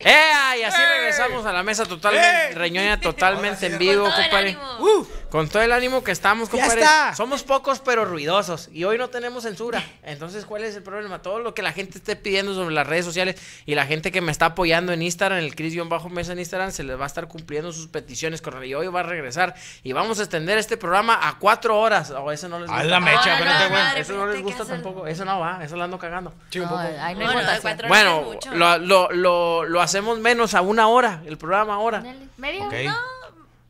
Speaker 4: Eh, estamos a la mesa totalmente,
Speaker 1: ¡Eh!
Speaker 4: reñoña totalmente en
Speaker 1: Ahora sí,
Speaker 4: vivo,
Speaker 2: con todo el
Speaker 4: compadre.
Speaker 2: ánimo.
Speaker 4: Uh, con todo el ánimo que estamos,
Speaker 1: ¡Ya
Speaker 4: compadre.
Speaker 1: está!
Speaker 4: Somos pocos pero ruidosos y hoy no tenemos censura. Entonces, ¿cuál es el problema? Todo lo que la gente esté pidiendo sobre las redes sociales y la gente que me está apoyando en Instagram, el Cris-Mesa en Instagram, se les va a estar cumpliendo sus peticiones, correo. Y hoy va a regresar y vamos a extender este programa a cuatro horas. O eso no les
Speaker 1: A
Speaker 4: gusta.
Speaker 1: la mecha,
Speaker 2: Ahora no,
Speaker 1: espérate, güey.
Speaker 2: madre,
Speaker 4: Eso no
Speaker 2: fíjate
Speaker 4: les
Speaker 2: que
Speaker 4: gusta
Speaker 2: hace el-
Speaker 4: tampoco. Eso no va, eso la ando cagando.
Speaker 3: Sí, un
Speaker 5: No,
Speaker 3: poco.
Speaker 5: ahí no hay
Speaker 2: Bueno, de
Speaker 5: votación.
Speaker 2: cuatro horas es
Speaker 4: Bueno,
Speaker 2: mucho.
Speaker 4: lo, lo, lo, lo hacemos menos a una hora, el programa ahora.
Speaker 5: Ándale. eh, Media.
Speaker 1: Ok.
Speaker 5: No,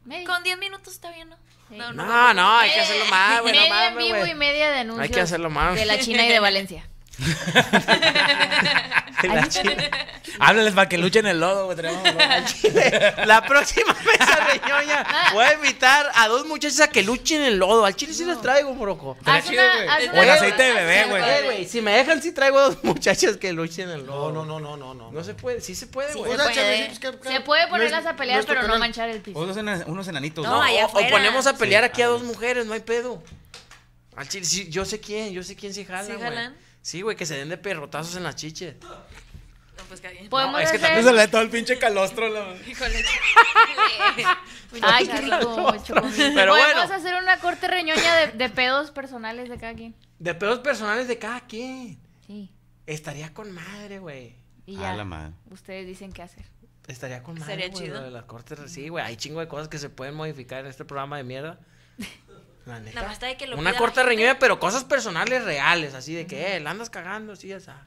Speaker 5: media.
Speaker 2: Con 10 minutos está bien, ¿no?
Speaker 5: No,
Speaker 4: No, no, hay que hacerlo más, güey. no
Speaker 5: media en
Speaker 4: mames,
Speaker 5: vivo
Speaker 4: güey.
Speaker 5: y media de anuncios.
Speaker 4: Hay que hacerlo más.
Speaker 5: De la China y de Valencia.
Speaker 4: La, chile-
Speaker 1: Háblales para que luchen el lodo, güey. tenemos lodo.
Speaker 4: la próxima mesa de ñoña voy a invitar a dos muchachas a que luchen el lodo. Al chile sí las traigo, moroco.
Speaker 1: Estaría
Speaker 5: Haz
Speaker 1: chido,
Speaker 5: una-
Speaker 1: güey.
Speaker 5: haz
Speaker 1: O
Speaker 5: una-
Speaker 1: el aceite de
Speaker 2: haz
Speaker 1: Ah, bebé,
Speaker 2: una-
Speaker 1: güey.
Speaker 4: Eh, güey, si me dejan, sí traigo a dos muchachas que luchen el
Speaker 3: No,
Speaker 4: lodo.
Speaker 3: no, no, no, no, no.
Speaker 4: No se puede, sí se puede, güey.
Speaker 3: O
Speaker 2: Se
Speaker 3: sea,
Speaker 2: puede.
Speaker 3: chavales, es que-
Speaker 5: Pues, Se puede
Speaker 3: no
Speaker 5: ponerlas
Speaker 3: es-
Speaker 5: a pelear,
Speaker 3: es tu
Speaker 5: pero no
Speaker 3: canal.
Speaker 5: manchar el
Speaker 1: O
Speaker 5: piso.
Speaker 1: dos ena- unos enanitos.
Speaker 2: No,
Speaker 1: ¿no? Oh,
Speaker 4: o,
Speaker 2: allá
Speaker 4: o
Speaker 2: afuera.
Speaker 4: ponemos a pelear
Speaker 1: Sí,
Speaker 4: aquí a
Speaker 3: Ah.
Speaker 4: dos mujeres, no hay pedo. Al chile, sí, yo sé quién, yo sé quién se jala,
Speaker 2: ¿Sí
Speaker 4: güey.
Speaker 2: jalan?
Speaker 4: Sí, güey, que se den de perrotazos en las chiches.
Speaker 2: No, pues cagué.
Speaker 5: Podemos
Speaker 4: es que
Speaker 5: hacer.
Speaker 1: No se le da todo el pinche calostro. la-
Speaker 2: Híjole.
Speaker 5: Ay, qué rico. chocomil.
Speaker 4: Pero
Speaker 5: Podemos
Speaker 4: bueno.
Speaker 5: hacer una corte reñoña de, de pedos personales de cada quien.
Speaker 4: De pedos personales de cada quien.
Speaker 5: Sí.
Speaker 4: Estaría con madre, güey.
Speaker 5: Y
Speaker 1: A
Speaker 5: ya.
Speaker 1: Ah, la madre.
Speaker 5: Ustedes dicen qué hacer.
Speaker 4: Estaría con madre.
Speaker 2: Estaría
Speaker 4: güey,
Speaker 2: chido.
Speaker 4: lo de las cortes, sí, güey. Hay chingo de cosas que se pueden modificar en este programa de mierda. La neta.
Speaker 2: Nada más está de que lo
Speaker 4: Una
Speaker 2: pida la
Speaker 4: corta
Speaker 2: gente.
Speaker 4: reñida, pero cosas personales reales, así de que, eh, la andas cagando, sí, esa.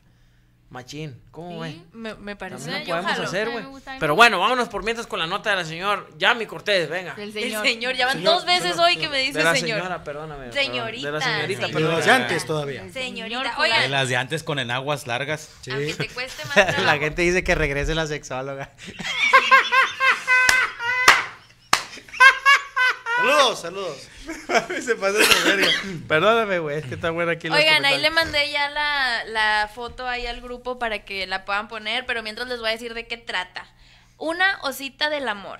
Speaker 4: Machín, ¿cómo ve?
Speaker 2: Me, me parece.
Speaker 4: También lo
Speaker 2: yo
Speaker 4: podemos
Speaker 2: jalo.
Speaker 4: hacer,
Speaker 5: A mí me
Speaker 4: güey.
Speaker 5: gusta, a mí me
Speaker 4: Pero bueno, vámonos por mientras con la nota de la señora Yami Cortés, venga.
Speaker 5: Del
Speaker 2: El
Speaker 5: señor.
Speaker 2: señor, ya van dos veces hoy que me dice
Speaker 4: de la
Speaker 2: señor.
Speaker 4: señora, perdóname. perdón,
Speaker 2: Señorita,
Speaker 4: De la señorita,
Speaker 2: señorita.
Speaker 3: Pero
Speaker 4: perdón.
Speaker 3: las de antes todavía.
Speaker 2: Señorita,
Speaker 5: Señor
Speaker 2: oigan,
Speaker 1: De las de antes con enaguas largas. Ah,
Speaker 2: aunque te cueste más trabajo.
Speaker 4: La gente dice que regrese la sexóloga.
Speaker 3: Saludos, saludos.
Speaker 4: Se pasa de verga. Perdóname, güey, es que está buena aquí. los
Speaker 2: Oigan, ahí
Speaker 4: comentarios.
Speaker 2: le mandé ya la, la foto ahí al grupo para que la puedan poner, pero mientras les voy a decir de qué trata. Una osita del amor.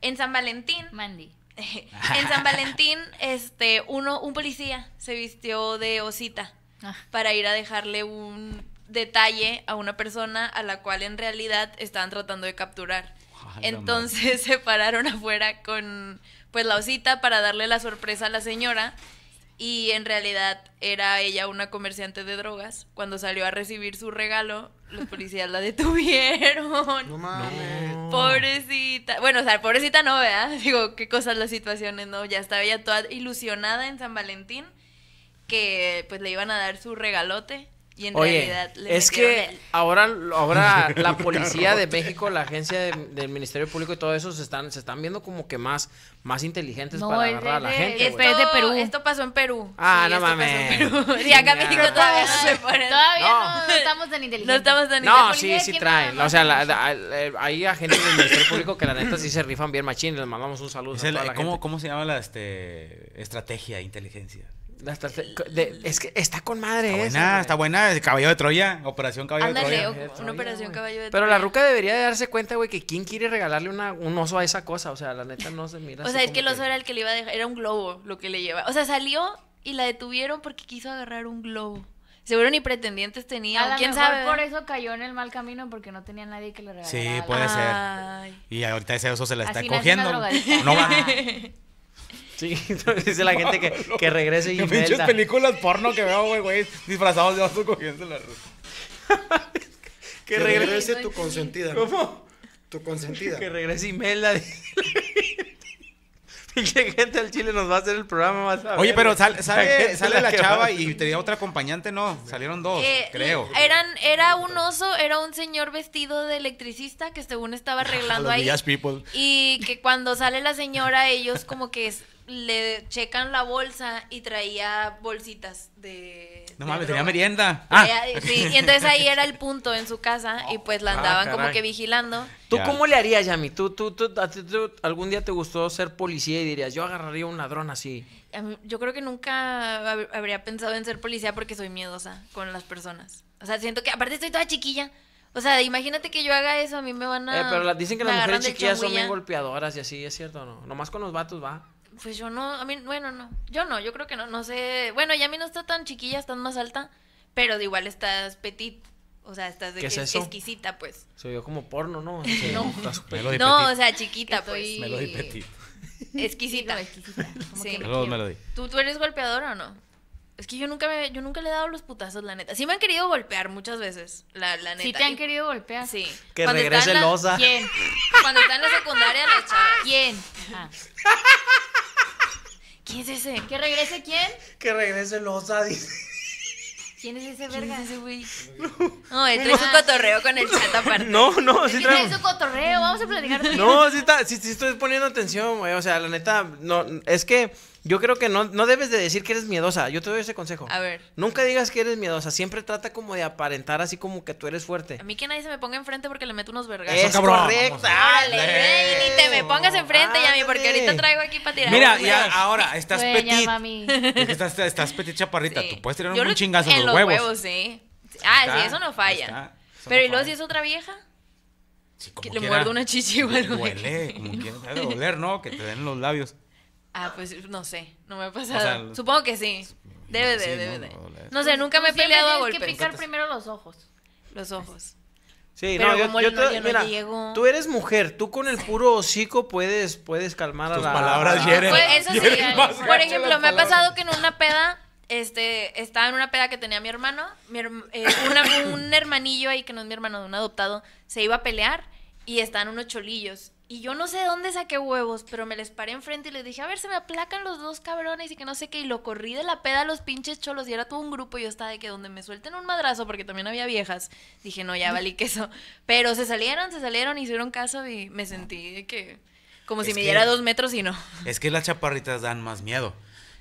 Speaker 2: En San Valentín,
Speaker 5: Mandy.
Speaker 2: en San Valentín, este, uno, un policía se vistió de osita
Speaker 5: Ah.
Speaker 2: para ir a dejarle un detalle a una persona a la cual en realidad estaban tratando de capturar.
Speaker 1: Ay, la
Speaker 2: Entonces se pararon afuera con pues la osita para darle la sorpresa a la señora y en realidad era ella una comerciante de drogas. Cuando salió a recibir su regalo, los policías la detuvieron.
Speaker 3: No mames.
Speaker 4: Mm.
Speaker 2: Pobrecita. Bueno, o sea, pobrecita no, ¿verdad? Digo, qué cosas las situaciones, ¿no? Ya estaba ella toda ilusionada en San Valentín que pues le iban a dar su regalote y en
Speaker 4: Oye,
Speaker 2: realidad le
Speaker 4: es
Speaker 2: metieron
Speaker 4: que
Speaker 2: el-
Speaker 4: ahora, ahora la policía de México, la agencia de- del Ministerio Público y todo eso se están, se están viendo como que más, más inteligentes
Speaker 5: No,
Speaker 4: para
Speaker 5: es de-
Speaker 4: agarrar a la
Speaker 5: de-
Speaker 4: gente.
Speaker 5: es
Speaker 4: güey.
Speaker 5: de Perú.
Speaker 2: Esto pasó en Perú.
Speaker 4: Ah, no
Speaker 2: esto pasó en
Speaker 4: mames.
Speaker 2: Perú. Y acá
Speaker 4: Chinga.
Speaker 2: México todavía no se pone-
Speaker 5: Todavía
Speaker 4: No.
Speaker 5: no, no estamos tan inteligentes.
Speaker 2: No estamos tan
Speaker 4: No,
Speaker 5: La
Speaker 4: sí,
Speaker 5: policía
Speaker 4: sí
Speaker 5: aquí
Speaker 4: traen.
Speaker 5: nada más.
Speaker 4: O sea, la- la- la- eh, hay agentes del Ministerio Público que la neta sí se rifan bien machín. Les mandamos un saludo.
Speaker 1: Es
Speaker 4: a
Speaker 1: el- eh,
Speaker 4: toda la
Speaker 1: ¿cómo,
Speaker 4: gente.
Speaker 1: ¿Cómo se llama Pues la este, estrategia de inteligencia?
Speaker 4: Las tarte- de- es que está con madre eh,
Speaker 1: Está
Speaker 4: esa,
Speaker 1: buena,
Speaker 4: güey.
Speaker 1: está buena. el Caballo de Troya, Operación Caballo de
Speaker 2: Ándale,
Speaker 1: Troya.
Speaker 2: o- una operación caballo de
Speaker 4: Pero la
Speaker 2: Troya.
Speaker 4: ruca debería de darse cuenta, güey, que quién quiere regalarle una, un oso a esa cosa. O sea, la neta no se mira.
Speaker 2: O
Speaker 4: así
Speaker 2: sea, es
Speaker 4: como
Speaker 2: que el oso era el que le iba a dejar, era un globo lo que le lleva. O sea, salió y la detuvieron porque quiso agarrar un globo. Seguro ni pretendientes
Speaker 5: A
Speaker 2: tenía,
Speaker 5: lo
Speaker 2: o quién
Speaker 5: mejor
Speaker 2: sabe. eh?
Speaker 5: por
Speaker 2: ¿verdad?
Speaker 5: eso cayó en el mal camino porque no tenía nadie que le regalara.
Speaker 1: Sí,
Speaker 5: algo.
Speaker 1: puede ser.
Speaker 2: Ay.
Speaker 1: Y ahorita ese oso se la está
Speaker 5: Así nace
Speaker 1: cogiendo.
Speaker 5: una drogadicta.
Speaker 1: No va.
Speaker 4: Sí, entonces dice la gente que, que regrese y
Speaker 1: Qué pinches
Speaker 4: Imelda.
Speaker 1: películas porno que veo, güey, güey, disfrazados de oso cogiendo la ruta.
Speaker 3: Que
Speaker 4: Que regrese.
Speaker 3: regrese tu consentida.
Speaker 4: ¿Cómo?
Speaker 3: Tu consentida.
Speaker 4: Que regrese Imelda. dice la gente. Pinche gente al chile nos va a hacer el programa más a
Speaker 1: Oye,
Speaker 4: ver,
Speaker 1: pero
Speaker 4: güey.
Speaker 1: sal-
Speaker 4: gente
Speaker 1: sale,
Speaker 4: es
Speaker 1: sale la
Speaker 4: que
Speaker 1: chava
Speaker 4: va.
Speaker 1: y tenía otra acompañante, no. Salieron dos,
Speaker 2: Eh,
Speaker 1: Pues, creo.
Speaker 2: Eran, era un oso, era un señor vestido de electricista que según estaba arreglando
Speaker 1: Los
Speaker 2: ahí.
Speaker 1: Village People.
Speaker 2: Y que cuando sale la señora, ellos como que es- le checan la bolsa y traía bolsitas de.
Speaker 1: No
Speaker 2: de
Speaker 1: mames,
Speaker 2: droga.
Speaker 1: tenía merienda. Ah,
Speaker 2: Traía- eh, Sí, y entonces ahí era el punto en su casa y pues la
Speaker 4: Ah,
Speaker 2: andaban como
Speaker 4: caray.
Speaker 2: que vigilando.
Speaker 4: ¿Tú
Speaker 1: Ya.
Speaker 4: cómo le harías, Yami? ¿Tú, tú, tú, a ti, tú algún día te gustó ser policía y dirías, yo agarraría un ladrón así? Eh,
Speaker 2: A mí- Yo creo que nunca hab- habría pensado en ser policía porque soy miedosa con las personas. O sea, siento que, aparte estoy toda chiquilla. O sea, imagínate que yo haga eso, a mí me van a...
Speaker 4: eh, pero la- dicen que
Speaker 2: me
Speaker 4: las
Speaker 2: agarran
Speaker 4: mujeres
Speaker 2: del
Speaker 4: chiquillas son bien
Speaker 2: chonguilla.
Speaker 4: golpeadoras y así, ¿es cierto o no? Nomás con los vatos va.
Speaker 2: Pues yo no, a mí, bueno, no. Yo no, yo creo que no, no sé. Bueno, ya a mí no está tan chiquilla, está más alta, pero de igual estás petit. O sea, estás de
Speaker 4: ¿Qué
Speaker 2: que
Speaker 4: es eso?
Speaker 2: exquisita, pues.
Speaker 4: Se vio como porno, ¿no? Sí, está súper-
Speaker 1: Melody
Speaker 2: No, o
Speaker 1: Petit.
Speaker 2: sea, chiquita,
Speaker 5: Estoy-
Speaker 2: pues.
Speaker 1: Melody Petit.
Speaker 2: Exquisita.
Speaker 5: Digo, exquisita, como
Speaker 2: Sí.
Speaker 5: que
Speaker 1: Saludos,
Speaker 5: me quiero.
Speaker 1: Melody.
Speaker 2: ¿Tú, ¿Tú eres golpeadora o no? Es que yo nunca me, yo nunca le he dado los putazos, la neta. Sí me han querido golpear muchas veces, la, la neta.
Speaker 5: Sí te han
Speaker 2: Y-
Speaker 5: querido golpear.
Speaker 2: Sí.
Speaker 4: Que
Speaker 2: Cuando
Speaker 4: regrese
Speaker 2: estaba en la-
Speaker 4: Loza.
Speaker 5: ¿Quién?
Speaker 2: Cuando está en la secundaria, la chava.
Speaker 5: ¿Quién? Ah.
Speaker 2: ¿Quién es ese?
Speaker 5: ¿Que regrese quién?
Speaker 4: Que regrese Loza, dice.
Speaker 5: ¿Quién es ese verga? Ah,
Speaker 2: ese güey? No, él trae su cotorreo con el chat aparte.
Speaker 4: No, no, sí
Speaker 5: Sí,
Speaker 4: trae-
Speaker 5: trae su cotorreo, vamos a platicar. de-
Speaker 4: No, sí, está, sí, sí estoy poniendo atención, güey. O sea, la neta, no, es que yo creo que no, no debes de decir que eres miedosa. Yo te doy ese consejo.
Speaker 2: A ver.
Speaker 4: Nunca digas que eres miedosa. Siempre trata como de aparentar así como que tú eres fuerte.
Speaker 2: A mí que nadie se me ponga enfrente porque le meto unos vergas.
Speaker 4: Es
Speaker 1: cabrón,
Speaker 4: correcto.
Speaker 2: Órale,
Speaker 4: Ándale.
Speaker 2: güey, ni te me pongas enfrente, ya Yami, porque ahorita
Speaker 4: Ándale.
Speaker 2: traigo aquí para tirar.
Speaker 1: Mira,
Speaker 2: vergas.
Speaker 1: ya, ahora estás
Speaker 5: Güey, ya,
Speaker 1: petit.
Speaker 5: mami.
Speaker 1: Es que estás, estás petit chaparrita.
Speaker 2: Sí.
Speaker 1: Tú puedes tener
Speaker 2: Yo
Speaker 1: un
Speaker 2: lo-
Speaker 1: chingazo
Speaker 2: en
Speaker 1: en los huevos.
Speaker 2: sí. Ah,
Speaker 1: Está,
Speaker 2: sí, eso no falla.
Speaker 1: está, eso
Speaker 2: Pero
Speaker 1: no
Speaker 2: ¿y luego
Speaker 1: falla.
Speaker 2: si es otra vieja?
Speaker 1: Sí, como
Speaker 2: Que le
Speaker 1: quiera.
Speaker 2: muerdo una chichi igual, güey.
Speaker 1: Huele, como quiera, te ha de doler, ¿no? Que te den los labios.
Speaker 2: Ah, pues no sé, no me ha pasado.
Speaker 1: sea,
Speaker 2: Supongo que sí. Debe de,
Speaker 1: sí,
Speaker 2: debe
Speaker 1: no,
Speaker 2: de.
Speaker 1: no, la-
Speaker 2: No sé, nunca me he
Speaker 5: Pues Siempre
Speaker 2: peleado a
Speaker 5: tienes que
Speaker 2: golpes.
Speaker 5: picar primero los ojos.
Speaker 2: Los ojos.
Speaker 4: Sí,
Speaker 2: Pero
Speaker 4: no, yo,
Speaker 2: como
Speaker 4: yo
Speaker 2: él no,
Speaker 4: te-
Speaker 2: yo no
Speaker 4: mira,
Speaker 2: llego.
Speaker 4: tú eres mujer, tú con el puro hocico puedes, puedes calmar a
Speaker 1: Tus
Speaker 4: la...
Speaker 1: palabras
Speaker 4: a-
Speaker 1: hieren. Pero-
Speaker 2: Pues, eso sí,
Speaker 1: y eres más
Speaker 2: por
Speaker 1: gacho
Speaker 2: ejemplo,
Speaker 1: las
Speaker 2: me ha
Speaker 1: palabras.
Speaker 2: pasado que en una peda, este, estaba en una peda que tenía mi hermano, mi herm- eh, una- un hermanillo ahí que no es mi hermano, un adoptado, se iba a pelear y estaban unos cholillos. Y yo no sé de dónde saqué huevos, pero me les paré enfrente y les dije, a ver, se me aplacan los dos cabrones y que no sé qué. Y lo corrí de la peda a los pinches cholos y era todo un grupo. Y yo estaba de que donde me suelten un madrazo, porque también había viejas, dije, no, ya valí queso. Pero se salieron, se salieron, hicieron caso y me sentí de que, como si
Speaker 1: Es
Speaker 2: me
Speaker 1: que-
Speaker 2: diera dos metros y no.
Speaker 1: Es que las chaparritas dan más miedo.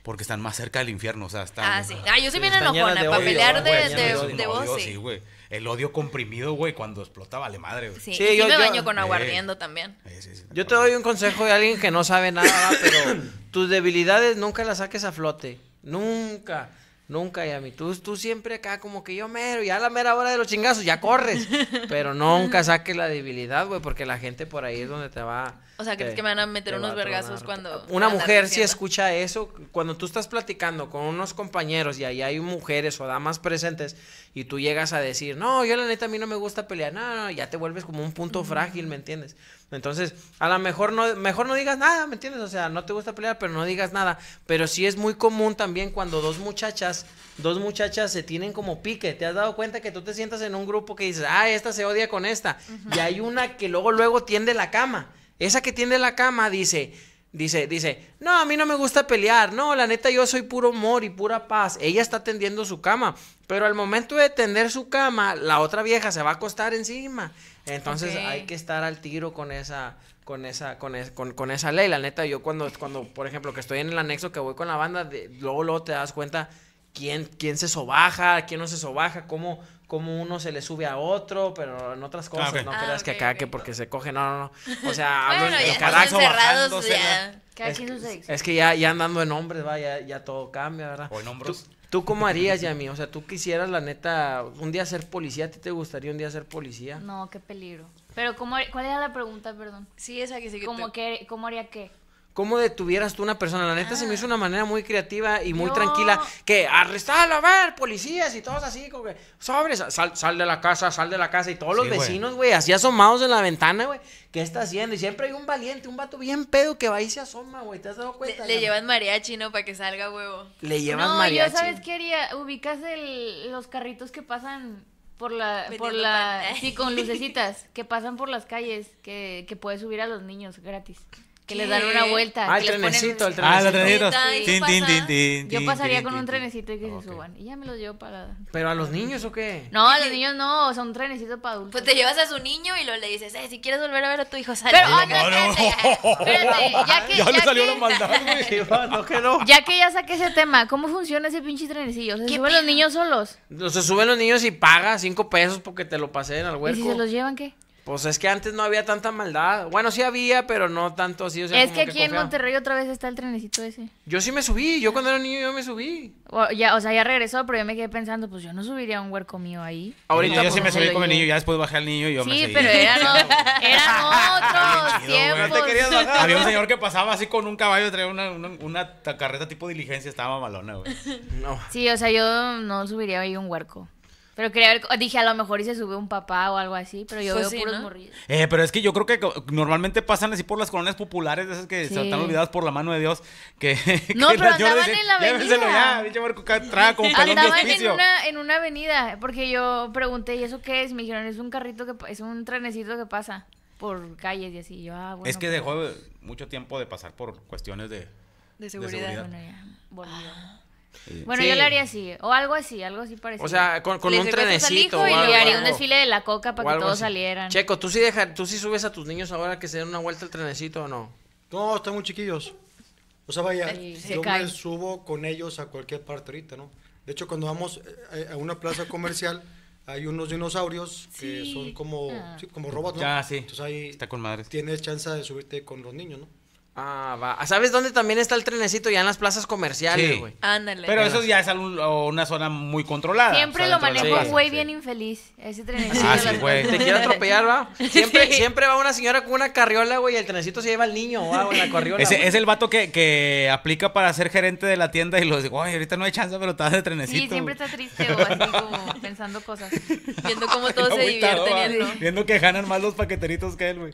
Speaker 1: Porque están más cerca del infierno. O sea, están.
Speaker 2: Ah, sí. Ah, yo soy
Speaker 4: Sí,
Speaker 2: bien
Speaker 4: están
Speaker 2: enojona.
Speaker 4: llenas de
Speaker 2: Para
Speaker 4: odio,
Speaker 2: pelear de,
Speaker 4: güey,
Speaker 2: de,
Speaker 4: llenas de
Speaker 2: de,
Speaker 4: odio.
Speaker 2: voz,
Speaker 1: odio,
Speaker 2: sí.
Speaker 1: sí, güey. El odio comprimido, güey, cuando explota vale madre, güey.
Speaker 2: Sí,
Speaker 4: Sí,
Speaker 2: y
Speaker 4: yo-
Speaker 2: sí me
Speaker 4: yo-
Speaker 2: baño con
Speaker 1: Sí.
Speaker 2: aguardiendo también.
Speaker 1: Sí, sí, sí,
Speaker 4: Yo te doy un consejo de alguien que no sabe nada, va, pero tus debilidades nunca las saques a flote. Nunca, nunca, Yami. Tú, tú siempre acá como que yo mero, ya a la mera hora de los chingazos, ya corres. Pero nunca saques la debilidad, güey, porque la gente por ahí es donde te va...
Speaker 2: O sea, ¿crees
Speaker 4: te-
Speaker 2: que me van a
Speaker 4: te
Speaker 2: meter
Speaker 4: va
Speaker 2: unos
Speaker 4: a tronar.
Speaker 2: vergazos cuando
Speaker 4: Una
Speaker 2: andas
Speaker 4: mujer si
Speaker 2: diciendo?
Speaker 4: escucha eso, cuando tú estás platicando con unos compañeros y ahí hay mujeres o damas presentes y tú llegas a decir, no, yo la neta a mí no me gusta pelear, no, no, ya te vuelves como un punto frágil, ¿me entiendes? Entonces, a lo mejor no, mejor no digas nada, ¿me entiendes? O sea, no te gusta pelear, pero no digas nada. Pero sí es muy común también cuando dos muchachas, dos muchachas se tienen como pique. ¿Te has dado cuenta que tú te sientas en un grupo que dices, ah, esta se odia con esta? Y hay una que luego, luego tiende la cama. Esa que tiende la cama dice, dice, dice, no, a mí no me gusta pelear, no, la neta yo soy puro amor y pura paz. Ella está tendiendo su cama, pero al momento de tender su cama, la otra vieja se va a acostar encima. Entonces
Speaker 2: Ok.
Speaker 4: hay que estar al tiro con esa, con esa, con, es- con, con esa ley. La neta yo cuando, cuando, por ejemplo, que estoy en el anexo, que voy con la banda, de- luego, luego te das cuenta quién, quién se sobaja, quién no se sobaja, cómo, cómo uno se le sube a otro, pero en otras cosas,
Speaker 1: ok.
Speaker 4: no
Speaker 2: Ah,
Speaker 4: creas
Speaker 2: ok,
Speaker 4: que acá
Speaker 2: ok.
Speaker 4: que porque se coge, no, no, no. O sea, hablo
Speaker 2: Ah, Bueno,
Speaker 4: en- en
Speaker 2: ya
Speaker 4: carácter.
Speaker 2: estamos encerrados
Speaker 1: bajándose
Speaker 2: ya.
Speaker 5: Cada
Speaker 4: Es
Speaker 5: quien
Speaker 4: que-
Speaker 5: sus ex.
Speaker 4: Es que ya, ya andando en hombres, va, ya, ya todo cambia, ¿verdad?
Speaker 1: O en hombros.
Speaker 4: ¿Tú, tú cómo harías, Yami? O sea, ¿tú quisieras, la neta, un día ser policía? ¿A ti te gustaría un día ser policía?
Speaker 5: No, qué peligro. Pero, ¿cómo, ¿cuál era la pregunta, perdón?
Speaker 2: Sí, esa que sí que
Speaker 5: ¿Cómo,
Speaker 2: te-
Speaker 5: que, ¿Cómo haría qué?
Speaker 4: ¿Cómo detuvieras tú una persona? La neta se
Speaker 2: Ah.
Speaker 4: me hizo una manera muy creativa y muy
Speaker 5: Yo-
Speaker 4: tranquila. Que arrestarlo, a ver, policías y todos así, como que, sobres, sal, sal de la casa, sal de la casa. Y todos
Speaker 1: Sí,
Speaker 4: los
Speaker 1: güey.
Speaker 4: vecinos, güey, así asomados en la ventana, güey. ¿Qué está haciendo? Y siempre hay un valiente, un vato bien pedo que va y se asoma, güey. ¿Te has dado
Speaker 2: Le-
Speaker 4: cuenta?
Speaker 2: Le,
Speaker 4: Yami?
Speaker 2: llevan mariachi, ¿no? Para que salga huevo.
Speaker 4: Le llevas
Speaker 5: no,
Speaker 4: mariachi.
Speaker 5: yo sabes qué haría, ubicas el- los carritos que pasan por la,
Speaker 2: Vendiendo
Speaker 5: por la,
Speaker 2: pan.
Speaker 5: sí, con lucecitas, que pasan por las calles, que, que puedes subir a los niños gratis, que les dan
Speaker 2: ¿Qué?
Speaker 5: una vuelta.
Speaker 4: Ah, el
Speaker 5: que les ponen-
Speaker 4: trenecito, el
Speaker 1: Ah,
Speaker 4: trenecito.
Speaker 1: los trenecitos.
Speaker 2: Ahorita ahí
Speaker 1: Tin, tin, tin,
Speaker 2: pasa.
Speaker 1: tin,
Speaker 5: Yo
Speaker 1: tin,
Speaker 5: pasaría
Speaker 1: tin,
Speaker 5: con un
Speaker 1: tin, tin.
Speaker 5: trenecito y que
Speaker 1: Ok.
Speaker 5: se suban, y ya me los llevo para...
Speaker 4: ¿Pero a los niños o qué?
Speaker 5: No, a los niños no, son trenecitos para adultos.
Speaker 2: Pues te llevas a su niño y lo le dices, eh, si quieres volver a ver a tu hijo, sal.
Speaker 5: Pero,
Speaker 2: de la
Speaker 5: ah, no,
Speaker 2: casa".
Speaker 5: espérate, espérate, ya que,
Speaker 1: Ya le
Speaker 5: ya
Speaker 1: salió
Speaker 5: que-
Speaker 1: la maldad, güey.
Speaker 4: Sí, va, no que no.
Speaker 5: Ya que ya saqué ese tema, ¿cómo funciona ese pinche trenecillo? ¿Se
Speaker 2: ¿Qué
Speaker 5: suben los
Speaker 2: pedo?
Speaker 5: niños solos?
Speaker 4: O sea, suben los niños y paga cinco pesos porque te lo paseen al
Speaker 5: ¿Y si se
Speaker 4: huerco.
Speaker 5: los llevan qué?
Speaker 4: Pues es que antes no había tanta maldad. Bueno, sí había, pero no tanto así. O sea,
Speaker 5: es
Speaker 4: como
Speaker 5: que aquí en
Speaker 4: confiaban.
Speaker 5: Monterrey otra vez está el trenecito ese.
Speaker 4: Yo sí me subí. Yo cuando era niño yo me subí.
Speaker 5: O, ya, o sea, ya regresó, pero yo me quedé pensando, pues yo no subiría un huerco mío ahí.
Speaker 4: Ahorita
Speaker 1: Yo, yo sí
Speaker 4: pues,
Speaker 1: me
Speaker 4: no
Speaker 1: subí
Speaker 4: le
Speaker 1: con el
Speaker 4: llevo.
Speaker 1: niño, ya después bajé al niño y yo me
Speaker 5: sí,
Speaker 1: seguí.
Speaker 5: pero eran, o- eran otros
Speaker 1: Qué chido, güey.
Speaker 5: tiempos.
Speaker 1: No te Había un señor que pasaba así con un caballo, traía una, una, una ta- carreta tipo diligencia, estaba malona, güey.
Speaker 4: No.
Speaker 5: Sí, o sea, yo no subiría ahí un huerco. Pero quería ver, dije, a lo mejor y se sube un papá o algo así, pero yo
Speaker 2: Pues
Speaker 5: veo
Speaker 2: sí,
Speaker 5: puros
Speaker 2: ¿no?
Speaker 5: morridos.
Speaker 1: Eh, pero es que yo creo que co- normalmente pasan así por las colonias populares, de esas que
Speaker 5: Sí.
Speaker 1: se están olvidadas por la mano de Dios. Que, que
Speaker 5: No,
Speaker 1: las señoras
Speaker 5: pero andaban
Speaker 1: dicen,
Speaker 5: en la
Speaker 1: "Llévenselo
Speaker 5: avenida".
Speaker 1: ya, pinche Marco, acá traga como pelón de
Speaker 5: Andaban Ah, en
Speaker 1: hospicio.
Speaker 5: una, en una avenida, porque yo pregunté, ¿y eso qué es? Me dijeron, es un carrito que pa- es un trenecito que pasa por calles y así. Y Yo, ah, bueno.
Speaker 1: es que
Speaker 5: pues,
Speaker 1: dejó eh, mucho tiempo de pasar por cuestiones de.
Speaker 2: De
Speaker 1: seguridad.
Speaker 2: seguridad.
Speaker 5: Bueno, ya, volvió.
Speaker 1: Sí.
Speaker 5: Bueno,
Speaker 4: Sí.
Speaker 5: yo le haría así, o algo así, algo así parecido. "Pues,
Speaker 4: O sea, con, con
Speaker 2: Le
Speaker 4: un
Speaker 2: secuestras al
Speaker 4: trenecito.
Speaker 2: hijo
Speaker 4: o
Speaker 2: y
Speaker 5: y
Speaker 2: le
Speaker 4: algo,
Speaker 5: haría un
Speaker 4: algo.
Speaker 5: desfile de la coca
Speaker 4: O
Speaker 5: para que
Speaker 4: algo
Speaker 5: todos
Speaker 4: así.
Speaker 5: salieran.
Speaker 4: Checo, ¿tú sí, deja, ¿tú sí subes a tus niños ahora que se den una vuelta al trenecito o no?
Speaker 3: No, están muy chiquillos. O sea, vaya,
Speaker 5: Sí, se
Speaker 3: yo me
Speaker 5: caen.
Speaker 3: subo con ellos a cualquier parte ahorita, ¿no? De hecho, cuando vamos eh, a una plaza comercial, hay unos dinosaurios que son como,
Speaker 5: Ah.
Speaker 3: sí, como robots, ¿no?
Speaker 1: Ya, sí.
Speaker 3: Entonces ahí
Speaker 1: Está con madres.
Speaker 3: tienes chance de subirte con los niños, ¿no?
Speaker 4: Ah, va. ¿Sabes dónde también está el trenecito? Ya en las plazas comerciales,
Speaker 1: Sí.
Speaker 4: güey.
Speaker 2: Ándale.
Speaker 1: Pero eso ya es algún- o una zona muy controlada.
Speaker 5: Siempre
Speaker 1: o sea,
Speaker 5: lo
Speaker 1: dentro de la
Speaker 5: manejo
Speaker 4: plaza,
Speaker 5: un güey
Speaker 1: sí.
Speaker 5: bien infeliz. Ese trenecito.
Speaker 1: Ah,
Speaker 5: de
Speaker 1: sí,
Speaker 5: las-
Speaker 1: güey.
Speaker 4: Te quiere atropellar, va. Siempre, siempre va una señora con una carriola, güey, y el trenecito se lleva al niño, va, güey, en la carriola.
Speaker 1: Ese
Speaker 4: güey.
Speaker 1: es el vato que, que aplica para ser gerente de la tienda y lo digo, ay, ahorita no hay chance, pero estás de trenecito.
Speaker 5: Sí, siempre está
Speaker 1: güey".
Speaker 5: triste o así como pensando cosas.
Speaker 2: Viendo cómo todos se
Speaker 1: Agüitado,
Speaker 2: divierten
Speaker 1: va,
Speaker 2: y él no.
Speaker 1: Viendo que ganan más los paqueteritos que él, güey.